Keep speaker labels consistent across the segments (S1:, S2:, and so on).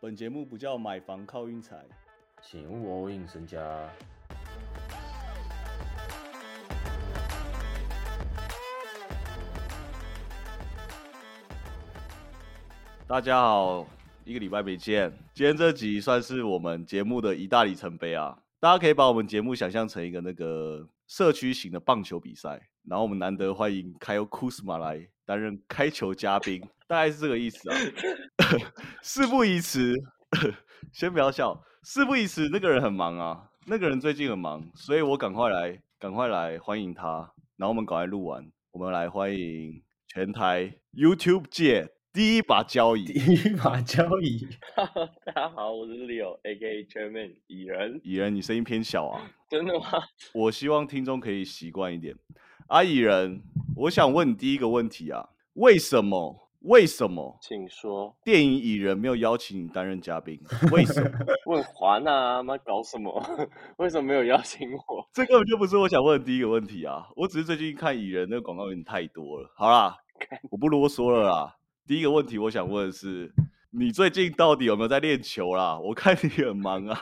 S1: 本节目不叫买房靠运财，
S2: 请勿 all in 身家。
S1: 大家好，一个礼拜没见，今天这集算是我们节目的一大里程碑啊！大家可以把我们节目想象成一个那个社区型的棒球比赛，然后我们难得欢迎凯欧库斯马来担任开球嘉宾，大概是这个意思啊。事不宜迟， 先不要笑，事不宜迟，那个人很忙啊，那个人最近很忙，所以我赶快来，赶快来欢迎他，然后我们赶快录完，我们来欢迎全台 YouTube 界第一把交椅。
S2: 第一把交椅，
S3: 大家好，我是 Leo，A.K.A. Chairman 蚁人。
S1: 蚁人，你声音偏小啊，
S3: 真的吗？
S1: 我希望听众可以习惯一点。啊，蚁人，我想问你第一个问题啊，为什么？为什么
S3: 请说。
S1: 电影《蚁人》没有邀请你担任嘉宾？为什么？
S3: 问华纳啊妈搞什么？ 为什么没有邀请我？
S1: 这根本就不是我想问的第一个问题啊！我只是最近看蚁人那个广告有点太多了。好啦，我不啰嗦了啦。第一个问题我想问的是，你最近到底有没有在练球啦？我看你很忙啊，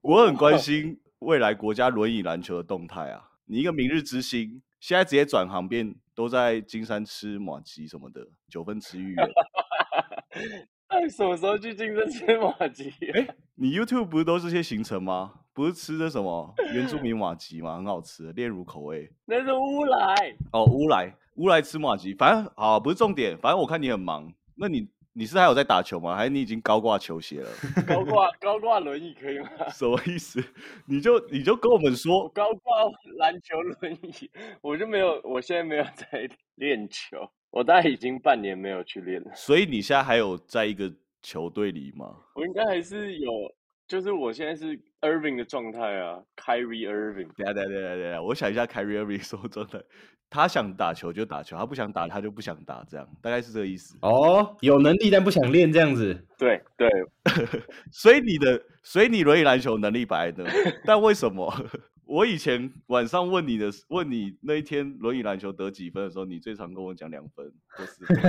S1: 我很关心未来国家轮椅篮球的动态啊。你一个明日之星，现在直接转行变都在金山吃马吉什么的，九分吃芋圆。
S3: 哎，什么时候去竞争吃马吉？
S1: 你 YouTube 不是都是些行程吗？不是吃的什么原住民马吉吗？很好吃的，炼乳口味。
S3: 那是乌来。
S1: 哦，乌来，乌来吃马吉，反正好、不是重点，反正我看你很忙，那你你是还有在打球吗？还是你已经高挂球鞋了？
S3: 高挂 高挂轮椅可以吗？
S1: 什么意思？你就你就跟我们
S3: 我
S1: 说，
S3: 高挂篮球轮椅， 我就没有，我现在没有在练球，我大概已经半年没有去练了。
S1: 所以你现在还有在一个球队里吗？
S3: 我应该还是有，就是我现在是 Irving 的状态啊，Kyrie Irving。
S1: 等一下等一下等一下等一下，我想一下 c a r r y Irving 说真的，他想打球就打球，他不想打他就不想打，这样大概是这个意思。
S2: 哦，有能力但不想练这样子，
S3: 对对，
S1: 所以你的，所以你轮椅篮球能力摆在那，但为什么 我以前晚上问你的，问你那一天轮椅篮球得几分的时候，你最常跟我讲两分或四分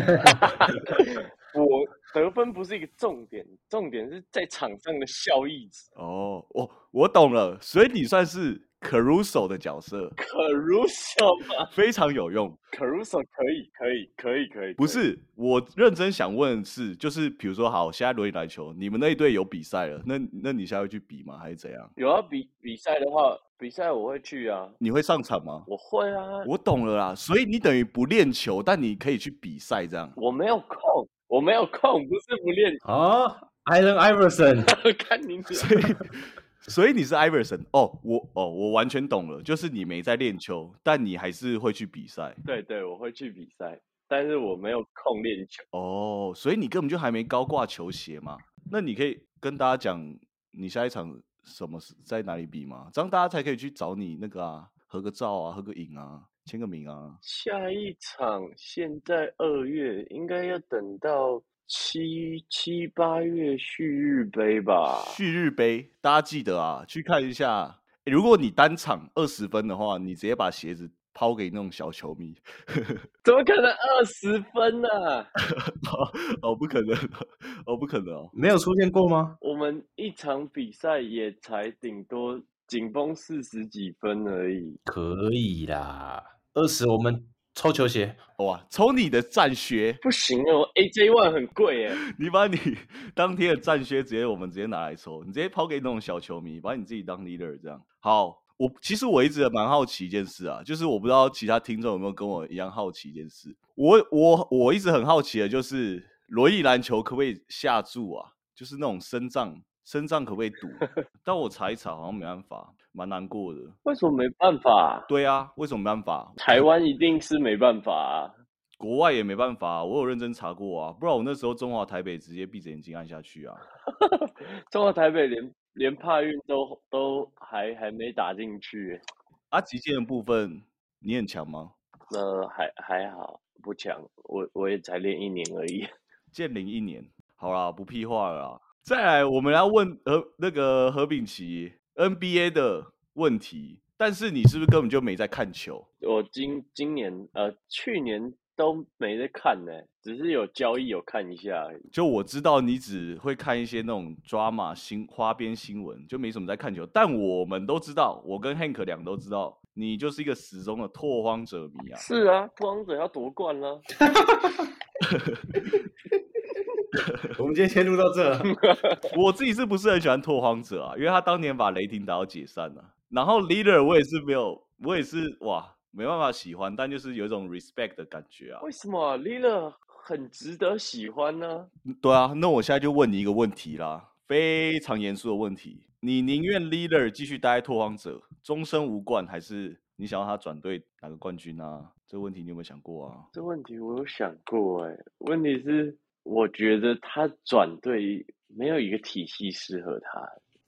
S3: 我 得分不是一个重点，重点是在场上的效益值。
S1: 哦，我我懂了，所以你算是 Caruso 的角色，
S3: Caruso 吗
S1: 非常有用。
S3: ？Caruso 可以，可以，可以，可以。
S1: 不
S3: 可以，
S1: 是，我认真想问的是，就是比如说，好，现在轮椅篮球，你们那一队有比赛了，那那你现在会去比吗？还是怎样？
S3: 有要比比赛的话，比赛我会去啊，
S1: 你会上场吗？
S3: 我会啊，
S1: 我懂了啦，所以你等于不练球，但你可以去比赛这样。
S3: 我没有空，我没有空，不是不练，
S2: 哦，Allen Iverson，
S3: 看你 比
S1: 所以，所以你是 Iverson 哦，我哦，我完全懂了，就是你没在练球，但你还是会去比赛
S3: 对对，我会去比赛，但是我没有空练球。
S1: 哦，所以你根本就还没高挂球鞋嘛？那你可以跟大家讲你下一场什么时在哪里比吗？这样大家才可以去找你那个啊，合个照啊，合个影啊，签个名啊。
S3: 下一场现在二月，应该要等到七七八月旭日杯吧？
S1: 旭日杯，大家记得啊，去看一下。诶如果你单场二十分的话，你直接把鞋子抛给那种小球迷。
S3: 怎么可能二十分呢、
S1: 哦，不可能，哦，不可能哦。
S2: 没有出现过吗？
S3: 我们一场比赛也才顶多紧绷四十几分而已。
S2: 可以啦，二十我们抽球鞋，
S1: 哇，从你的战靴，
S3: 不行哦，AJ One 很贵耶，
S1: 你把你当天的战靴直接我们直接拿来抽，你直接抛给那种小球迷，把你自己当 leader 这样。好，我其实我一直蛮好奇一件事啊，就是我不知道其他听众有没有跟我一样好奇一件事，我我我一直很好奇的就是轮椅篮球可不可以下注啊？就是那种身障。身障可不可以赌？啊但我查一查，好像没办法，蛮难过的。
S3: 为什么没办法、
S1: 对啊，为什么没办法？
S3: 台湾一定是没办法、啊。
S1: 国外也没办法、啊，我有认真查过啊，不然我那时候中华台北直接闭着眼睛按下去啊。
S3: 中国台北连连帕运都都还还没打进去耶，
S1: 啊，极限的部分你很强吗？
S3: 那呃还还好不强，我我也才练一年而已。
S1: 剑灵一年，好啦，不屁话了啦。再来，我们来问何那个何炳奇 NBA 的问题，但是你是不是根本就没在看球？
S3: 我今今年呃去年都没在看呢、只是有交易有看一下而已。
S1: 就我知道你只会看一些那种 drama 新花边新闻，就没什么在看球。但我们都知道，我跟 Hank 两个都知道，你就是一个始终的拓荒者迷啊。
S3: 是 啊，拓荒者要夺冠啦、
S4: 我们今天先录到这，
S1: 我自己是不是很喜欢拓荒者啊？因为他当年把雷霆打到解散了、然后 Leader 我也是没有，我也是哇，没办法喜欢，但就是有一种 respect 的感觉啊。
S3: 为什么 l i l a 很值得喜欢呢？
S1: 对啊，那我现在就问你一个问题啦，非常严肃的问题：你宁愿 Leader 继续待在拓荒者，终身无冠，还是你想要他转队拿个冠军啊？这个问题你有没有想过啊？
S3: 这问题我有想过哎、 问题是我觉得他转队没有一个体系适合他。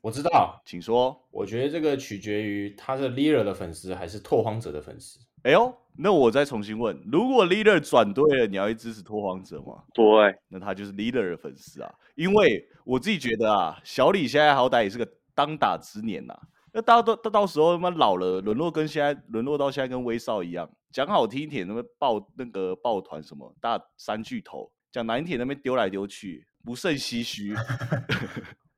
S2: 我知道，
S1: 请说。
S2: 我觉得这个取决于他是 Leader 的粉丝还是拓荒者的粉 丝。
S1: 哎呦，那我再重新问：如果 Leader 转队了，你要去支持拓荒者吗？
S3: 不会，
S1: 那他就是 Leader 的粉丝啊。因为我自己觉得啊，小李现在好歹也是个当打之年呐、那大家都到到时候他妈老了，沦落跟现在沦落到现在跟威少一样，讲好听一点，那么抱那个抱团什么大三巨头，讲难听点，那边丢来丢去，不胜唏嘘。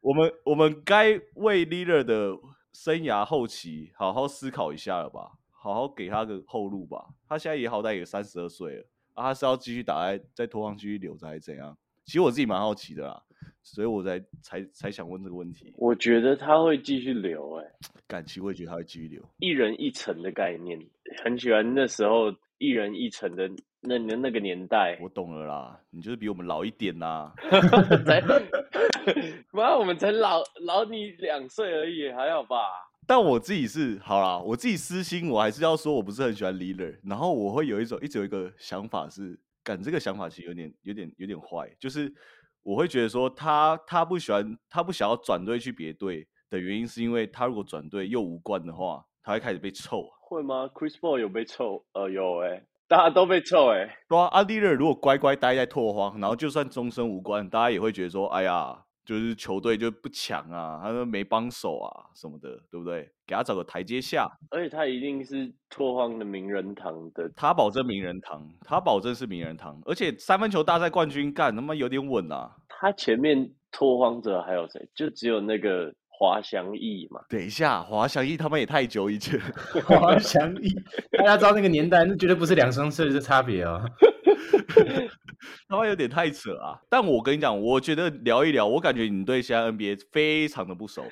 S1: 我们我们该为 Leader 的生涯后期好好思考一下了吧，好好给他个后路吧。他现在也好歹也三十二岁了，啊，他是要继续打在在托邦继续留着还是怎样？其实我自己蛮好奇的啦，所以我才才才想问这个问题。
S3: 我觉得他会继续留哎、
S1: 感情会觉得他会继续留。
S3: 一人一城的概念，很喜欢那时候一人一城的那那那个年代。
S1: 我懂了啦，你就是比我们老一点啦。
S3: 才，妈，我们才老老你两岁而已，还好吧？
S1: 但我自己是好啦，我自己私心我还是要说，我不是很喜欢 leader，然后我会有一种一直有一个想法是，感这个想法其实有点有点有点坏，就是我会觉得说他他不喜欢他不想要转队去别队的原因，是因为他如果转队又无冠的话，他会开始被臭。
S3: 会吗？Chris Paul 有被臭？呃，有哎、大家都被臭哎、
S1: 对啊，阿 leader 如果乖乖待在拓荒，然后就算终身无冠，大家也会觉得说，哎呀，就是球队就不强啊，他说没帮手啊什么的，对不对？给他找个台阶下，
S3: 而且他一定是拓荒的名人堂的。
S1: 他保证名人堂，他保证是名人堂，而且三分球大赛冠军干他妈有点稳啊！
S3: 他前面拓荒者还有谁？就只有那个滑翔翼嘛。
S1: 等一下，华翔义他们也太久以前，
S4: 滑翔翼，大家知道那个年代，那绝对不是两双设计的差别哦。
S1: 他妈有点太扯啊！但我跟你讲，我觉得聊一聊，我感觉你对现在 NBA 非常的不熟，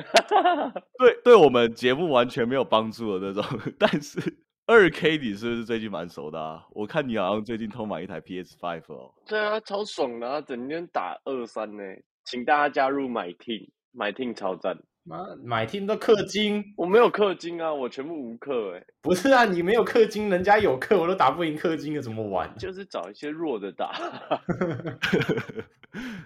S1: 对，对我们节目完全没有帮助的那种。 但是二 K 你是不是最近蛮熟的啊？我看你好像最近偷买一台 PS Five 哦。
S3: 对啊，超爽的啊，整天打二三呢、请大家加入买 team，买 team 超赞。
S2: 妈，买 team 都氪金，
S3: 我没有氪金啊，我全部无氪哎、
S2: 不是啊？你没有氪金，人家有氪，我都打不赢氪金的，怎么玩？
S3: 就是找一些弱的打。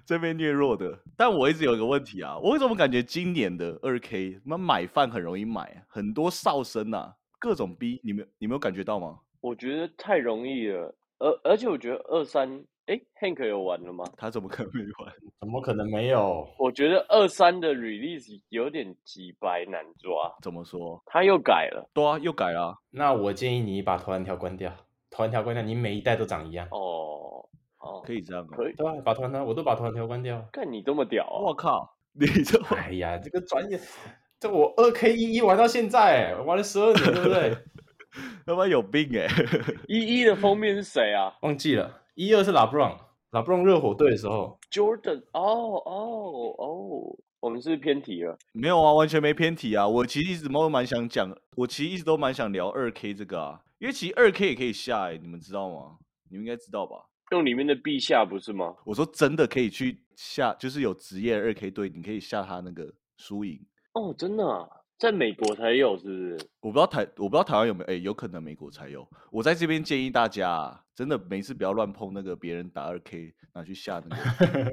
S1: 这边虐弱的，但我一直有一个问题啊，我为什么感觉今年的二 K 那买饭很容易买，很多哨声啊，各种逼，你们你没有感觉到吗？
S3: 我觉得太容易了，而而且我觉得二三，哎，Hank 有玩了吗？
S1: 他怎么可能没玩？
S2: 怎么可能没有？
S3: 我觉得二三的 release 有点几白难抓，
S1: 怎么说？
S3: 他又改了
S1: 对啊，又改了啊、
S2: 那我建议你把投篮条关掉，投篮条关掉，你每一代都长一样。
S3: 哦哦，
S1: 可以这样、哦。
S3: 可以，
S2: 对啊，把投篮条我都把投篮条关 掉。
S3: 看你这么屌哦，
S1: 我靠， 你这
S2: 哎呀，这个专业，这我二 K 一一玩到现在，玩了十二年，对不 对？
S1: 他妈有病哎、
S3: 一一的封面是谁啊
S2: 忘记了，一二是拉布朗，拉布朗热火队的时 候，
S3: ？Jordan，哦哦哦，我们是不是偏题了，
S1: 没有啊，完全没偏题啊。我其实一直都蛮想讲，我其实一直都蛮想聊二 K 这个啊，因为其实二 K 也可以下哎、你们知道吗？你们应该知道吧？
S3: 用里面的陛下不是吗？
S1: 我说真的可以去下，就是有职业二 K 队，你可以下他那个输赢。
S3: 哦，真的、啊，在美国才有是不是？
S1: 我不知道台，我不知道台湾有没有，哎、有可能美国才有。我在这边建议大家、啊，真的每次不要乱碰那个别人打二 K 拿去下那个，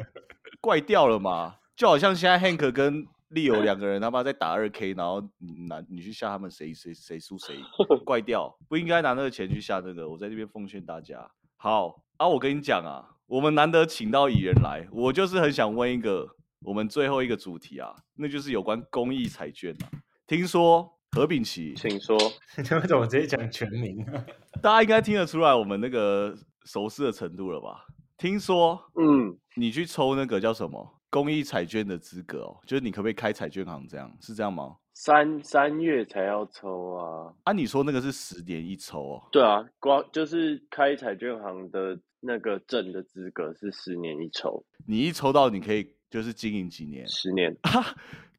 S1: 怪掉了嘛。就好像现在 Hank 跟利友两个人他妈在打二 K，然后你拿你去下他们谁谁谁输谁赢，怪掉，不应该拿那个钱去下那个。我在这边奉劝大家，好啊，我跟你讲啊，我们难得请到蚁人来，我就是很想问一个我们最后一个主题啊，那就是有关公益彩券啊。听说何炳奇
S3: 请说，
S2: 你为怎么直接讲全名啊？
S1: 大家应该听得出来，我们那个熟识的程度了吧？听说
S3: 嗯，
S1: 你去抽那个叫什么公益彩券的资格哦，就是你可不可以开彩券行这样？是这样吗？
S3: 三三月才要抽啊。
S1: 啊，你说那个是十年一抽哦，
S3: 对啊，光就是开彩券行的那个证的资格是十年一抽，
S1: 你一抽到你可以就是经营几年？
S3: 十年。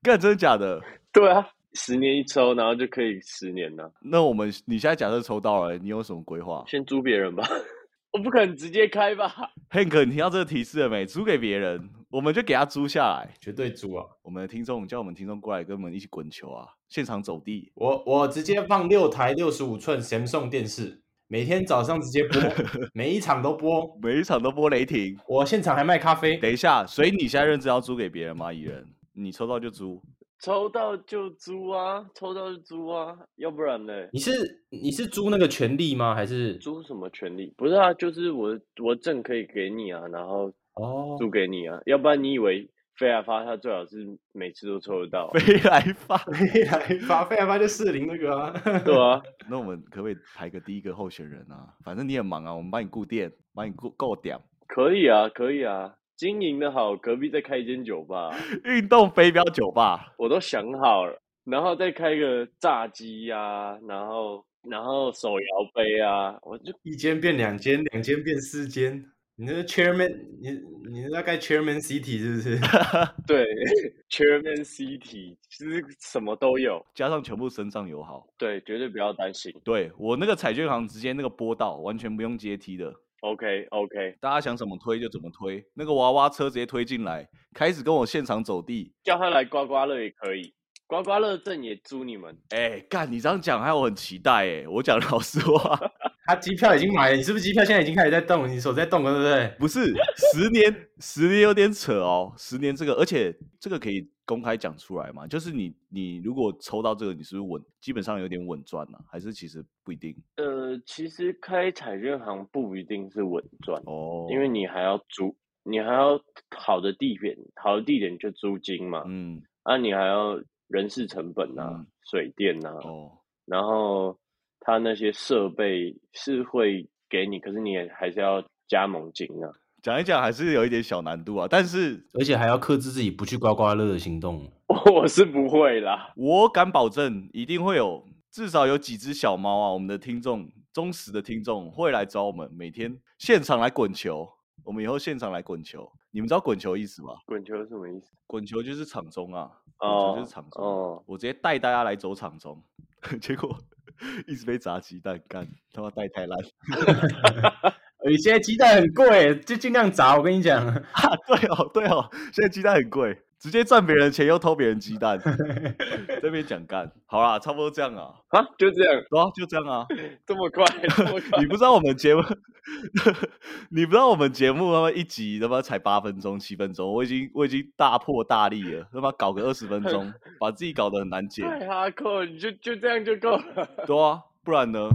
S1: 干真的假的？
S3: 对啊，十年一抽，然后就可以十年了。
S1: 那我们你现在假设抽到了，你有什么规划
S3: 先租别人吧， 我不可能直接开吧？
S1: ？Hank，你听到这个提示了没？租给别人，我们就给他租下来。
S2: 绝对租啊！
S1: 我们的听众叫我们听众过来跟我们一起滚球啊，现场走地。
S2: 我我直接放六台六十五寸 Samsung 电视，每天早上直接播，每一场都播。
S1: 每一场都播雷霆。
S2: 我现场还卖咖 啡，
S1: 等一下，所以你现在认真要租给别人吗？蚁人，你抽到就租。
S3: 抽到就租啊，抽到就租啊，要不然呢？
S4: 你是你是租那个权利吗？还是
S3: 租什么权利？不是啊，就是我我证可以给你啊，然后
S4: 哦？
S3: 租给你啊，要不然你以为飞来发他最好是每次都抽得到啊、
S1: 飞来发，
S2: 飞来发飞来发就四零那 个啊。
S3: 对啊，
S1: 那我们可不可以排个第一个候选人啊？反正你很忙啊，我们帮你固店，帮你固够点。
S3: 可以啊，可以啊，经营的好，隔壁再开一间酒吧，
S1: 运动飞镖酒吧，
S3: 我都想好了，然后再开个炸鸡呀、啊，然后然后手摇杯啊，我就
S2: 一间变两间，两间变四间。你那个 chairman，你你大概 chairman city 是不是？
S3: 对 ，Chairman City 其实什么都有，
S1: 加上全部身上友好。
S3: 对，绝对不要担心。
S1: 对我那个彩券行直接那个波道，完全不用阶梯的，
S3: OK OK，
S1: 大家想怎么推就怎么推。那个娃娃车直接推进来，开始跟我现场走地。
S3: 叫他来刮刮乐也可以，刮刮乐证也租你们。
S1: 哎，干，你这样讲害我很期待哎。我讲老实话，
S4: 他机票已经买了，你是不是机票现在已经开始在动？你手在动了，对不对？
S1: 不是十年，十年有点扯哦。十年这个，而且这个可以公开讲出来嘛？就是你，你如果抽到这个，你是不是稳？基本上有点稳赚了、啊还是其实不一定
S3: 呃，其实开彩券行不一定是稳赚，
S1: 哦。
S3: 因为你还要租，你还要好的地点，好的地点就租金嘛，
S1: 嗯
S3: 啊，你还要人事成本啊，
S1: 嗯
S3: 水电啊，
S1: 哦，
S3: 然后他那些设备是会给你，可是你也还是要加盟金啊。
S1: 讲一讲还是有一点小难度啊。但是
S4: 而且还要克制自己不去刮刮乐的行动。
S3: 我是不会啦，
S1: 我敢保证，一定会有至少有几只小猫啊，我们的听众忠实的听众会来找我们，每天现场来滚球。我们以后现场来滚球，你们知道滚球意思吗？
S3: 滚球是什么意思？
S1: 滚球就是场中啊，滚球
S3: 哦
S1: 就是场中。啊
S3: 哦，
S1: 我直接带大家来走场中， 结果一直被砸鸡蛋，干他妈带太烂
S4: 呃，现在鸡蛋很贵，就尽量砸。我跟你讲，
S1: 啊！ 对哦，对哦，现在鸡蛋很贵，直接赚别人钱又偷别人鸡蛋，这边讲干，好啦，差不多这样啊，
S3: 啊，就这样，
S1: 对啊，就这样啊。
S3: 这么快，这 么快
S1: 你，不知道我们节目， 你不知道我们节目他妈一集他妈才八分钟七分钟，我已经我已经大破大立了，他妈搞个二十分钟，把自己搞得很难解。
S3: 太哈扣了，你就就这样就够了。
S1: 对啊，不然呢？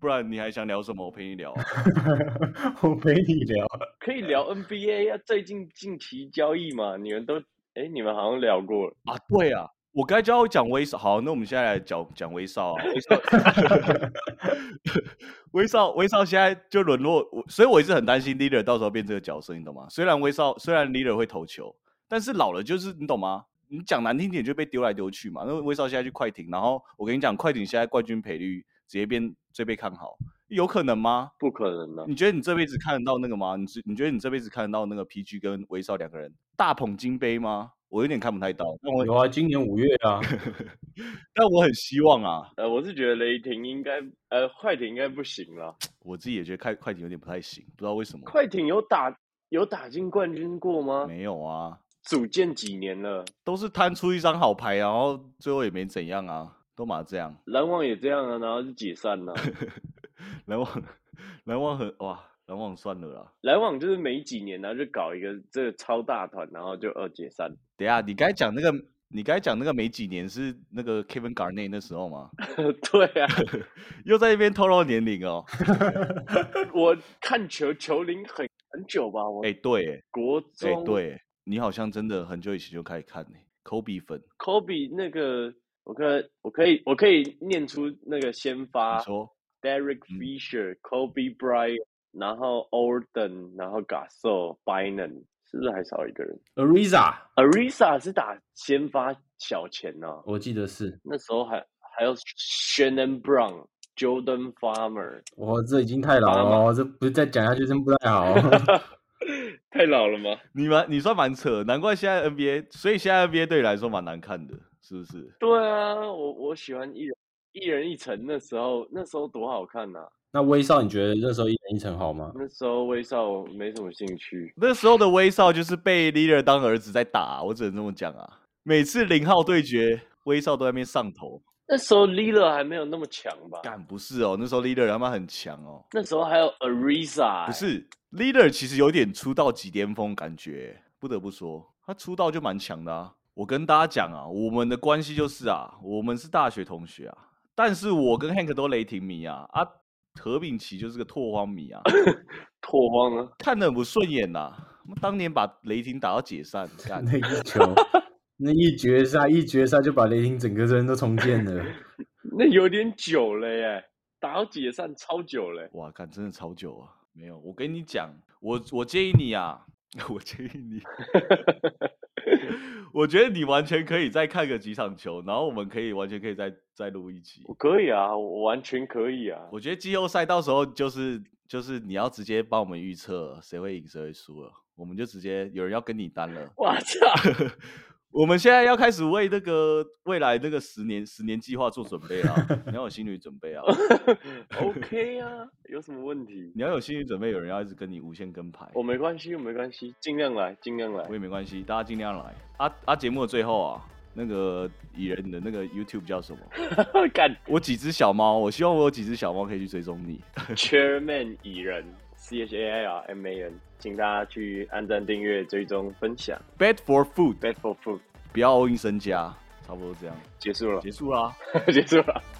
S1: 不然你还想聊什么？我陪你聊、啊。
S4: 我陪你聊。
S3: 可以聊 NBA 啊，最近近期交易嘛，你们都哎，你们好像聊过了，
S1: 啊，对啊，我该教讲威少。好，那我们现在来讲讲威少啊。威少，威少，威少现在就沦落，我所以我一直很担心 leader 到时候变这个角色，你懂吗？虽然威少，虽然 leader 会投球，但是老了就是你懂吗？你讲难听点就被丢来丢去嘛。那威少现在去快艇，然后我跟你讲，快艇现在冠军赔率直接变最被看好，有可能吗？
S3: 不可能啊的、
S1: 你觉得你这辈子看得到那个吗？你你觉得你这辈子看得到那个 PG 跟威少两个人大捧金杯吗？我有点看不太到，但我
S4: 有啊，今年五月啊，
S1: 但我很希望啊，
S3: 呃，我是觉得雷霆应该，呃，快艇应该不行了。
S1: 我自己也觉得快快艇有点不太行，不知道为什么。
S3: 快艇有打有打进冠军过吗？
S1: 没有啊，
S3: 组建几年了，
S1: 都是摊出一张好牌，然后最后也没怎样啊，都嘛这样。
S3: 篮网也这样啊，然后就解散了、
S1: 篮网，篮网很哇，篮网算了啦。
S3: 篮网就是每几年然后就搞一个这个超大团，然后就呃解散。
S1: 等一下，你刚才讲那个，你刚才讲那个没几年是那个 Kevin Garnett 那时候吗？
S3: 对啊，
S1: 又在那边透露年龄哦。
S3: 我看球球龄很很久吧，我
S1: 哎、对、欸，
S3: 国
S1: 哎、
S3: 中、
S1: 对、欸，你好像真的很久以前就开始看呢、欸。科比粉，
S3: 科比那个，我可我可以我可以念出那个先发
S1: 你说
S3: Derek
S1: 嗯
S3: Fisher、Kobe Bryant、然后 Orden，然后 Gasol、Binen，是不是还少一个人
S4: Ariza，
S3: ？Arisa 是打先发小前啊呐、
S4: 我记得是，
S3: 那时候还还有 Shannon Brown、Jordan Farmer，
S4: 我这已经太老了、哦，这不是再讲下去真不太好、哦。
S3: 太老了吗？
S1: 你蛮你算蛮扯，难怪现在 NBA，所以现在 NBA 对你来说蛮难看的，是不是？
S3: 对啊，我我喜欢一人一人一城，那时候那时候多好看呐、
S4: 那威少，你觉得那时候一人一城好吗？
S3: 那时候威少没什么兴趣，
S1: 那时候的威少就是被 leader 当儿子在打、我只能这么讲啊。每次零号对决，威少都在那边上头，
S3: 那时候 l i l a 还没有那么强吧？
S1: 干不是哦，那时候 leader 他妈很强哦，
S3: 那时候还有 Ariza，
S1: 不是 leader 其实有点出道即巅峰感觉，不得不说他出道就蛮强的啊。我跟大家讲啊，我们的关系就是啊，我们是大学同学啊，但是我跟 Hank 都雷霆迷啊啊，何炳奇就是个拓荒迷啊，
S3: 拓荒啊，
S1: 看得很不顺眼呐、当年把雷霆打到解散，干
S4: 那一球，那一绝杀，一绝杀就把雷霆整个人都重建了。
S3: 那有点久了耶，打到解散超久了耶。
S1: 哇，干真的超久啊！没有，我跟你讲，我我建议你啊， 我建议你，我觉得你完全可以再看个几场球，然后我们可以完全可以再再录一集。
S3: 我可以啊，我完全可以啊。
S1: 我觉得季后赛到时候就是就是你要直接帮我们预测谁会赢谁会输了，我们就直接有人要跟你单了。
S3: 哇操！
S1: 我们现在要开始为那个未来那个十年十年计划做准备啊！你要有心理准备啊！
S3: OK 啊，有什么问题？
S1: 你要有心理准备，有人要一直跟你无限跟牌。
S3: 我没关系，我没关系，尽量来，尽量来
S1: 我。也没关系，大家尽量来。啊啊！节目的最后啊，那个蚁人的那个 YouTube 叫什么？
S3: 干
S1: 我几只小猫，我希望我有几只小猫可以去追踪你。
S3: Chairman 蚁人，C H A I R M A N，请大家去按赞、订阅、追踪、分享。
S1: Bad for food，
S3: Bad for food，
S1: 不要 all in 身家，差不多这样
S3: 结束了，
S1: 结束啦。
S3: 结束了。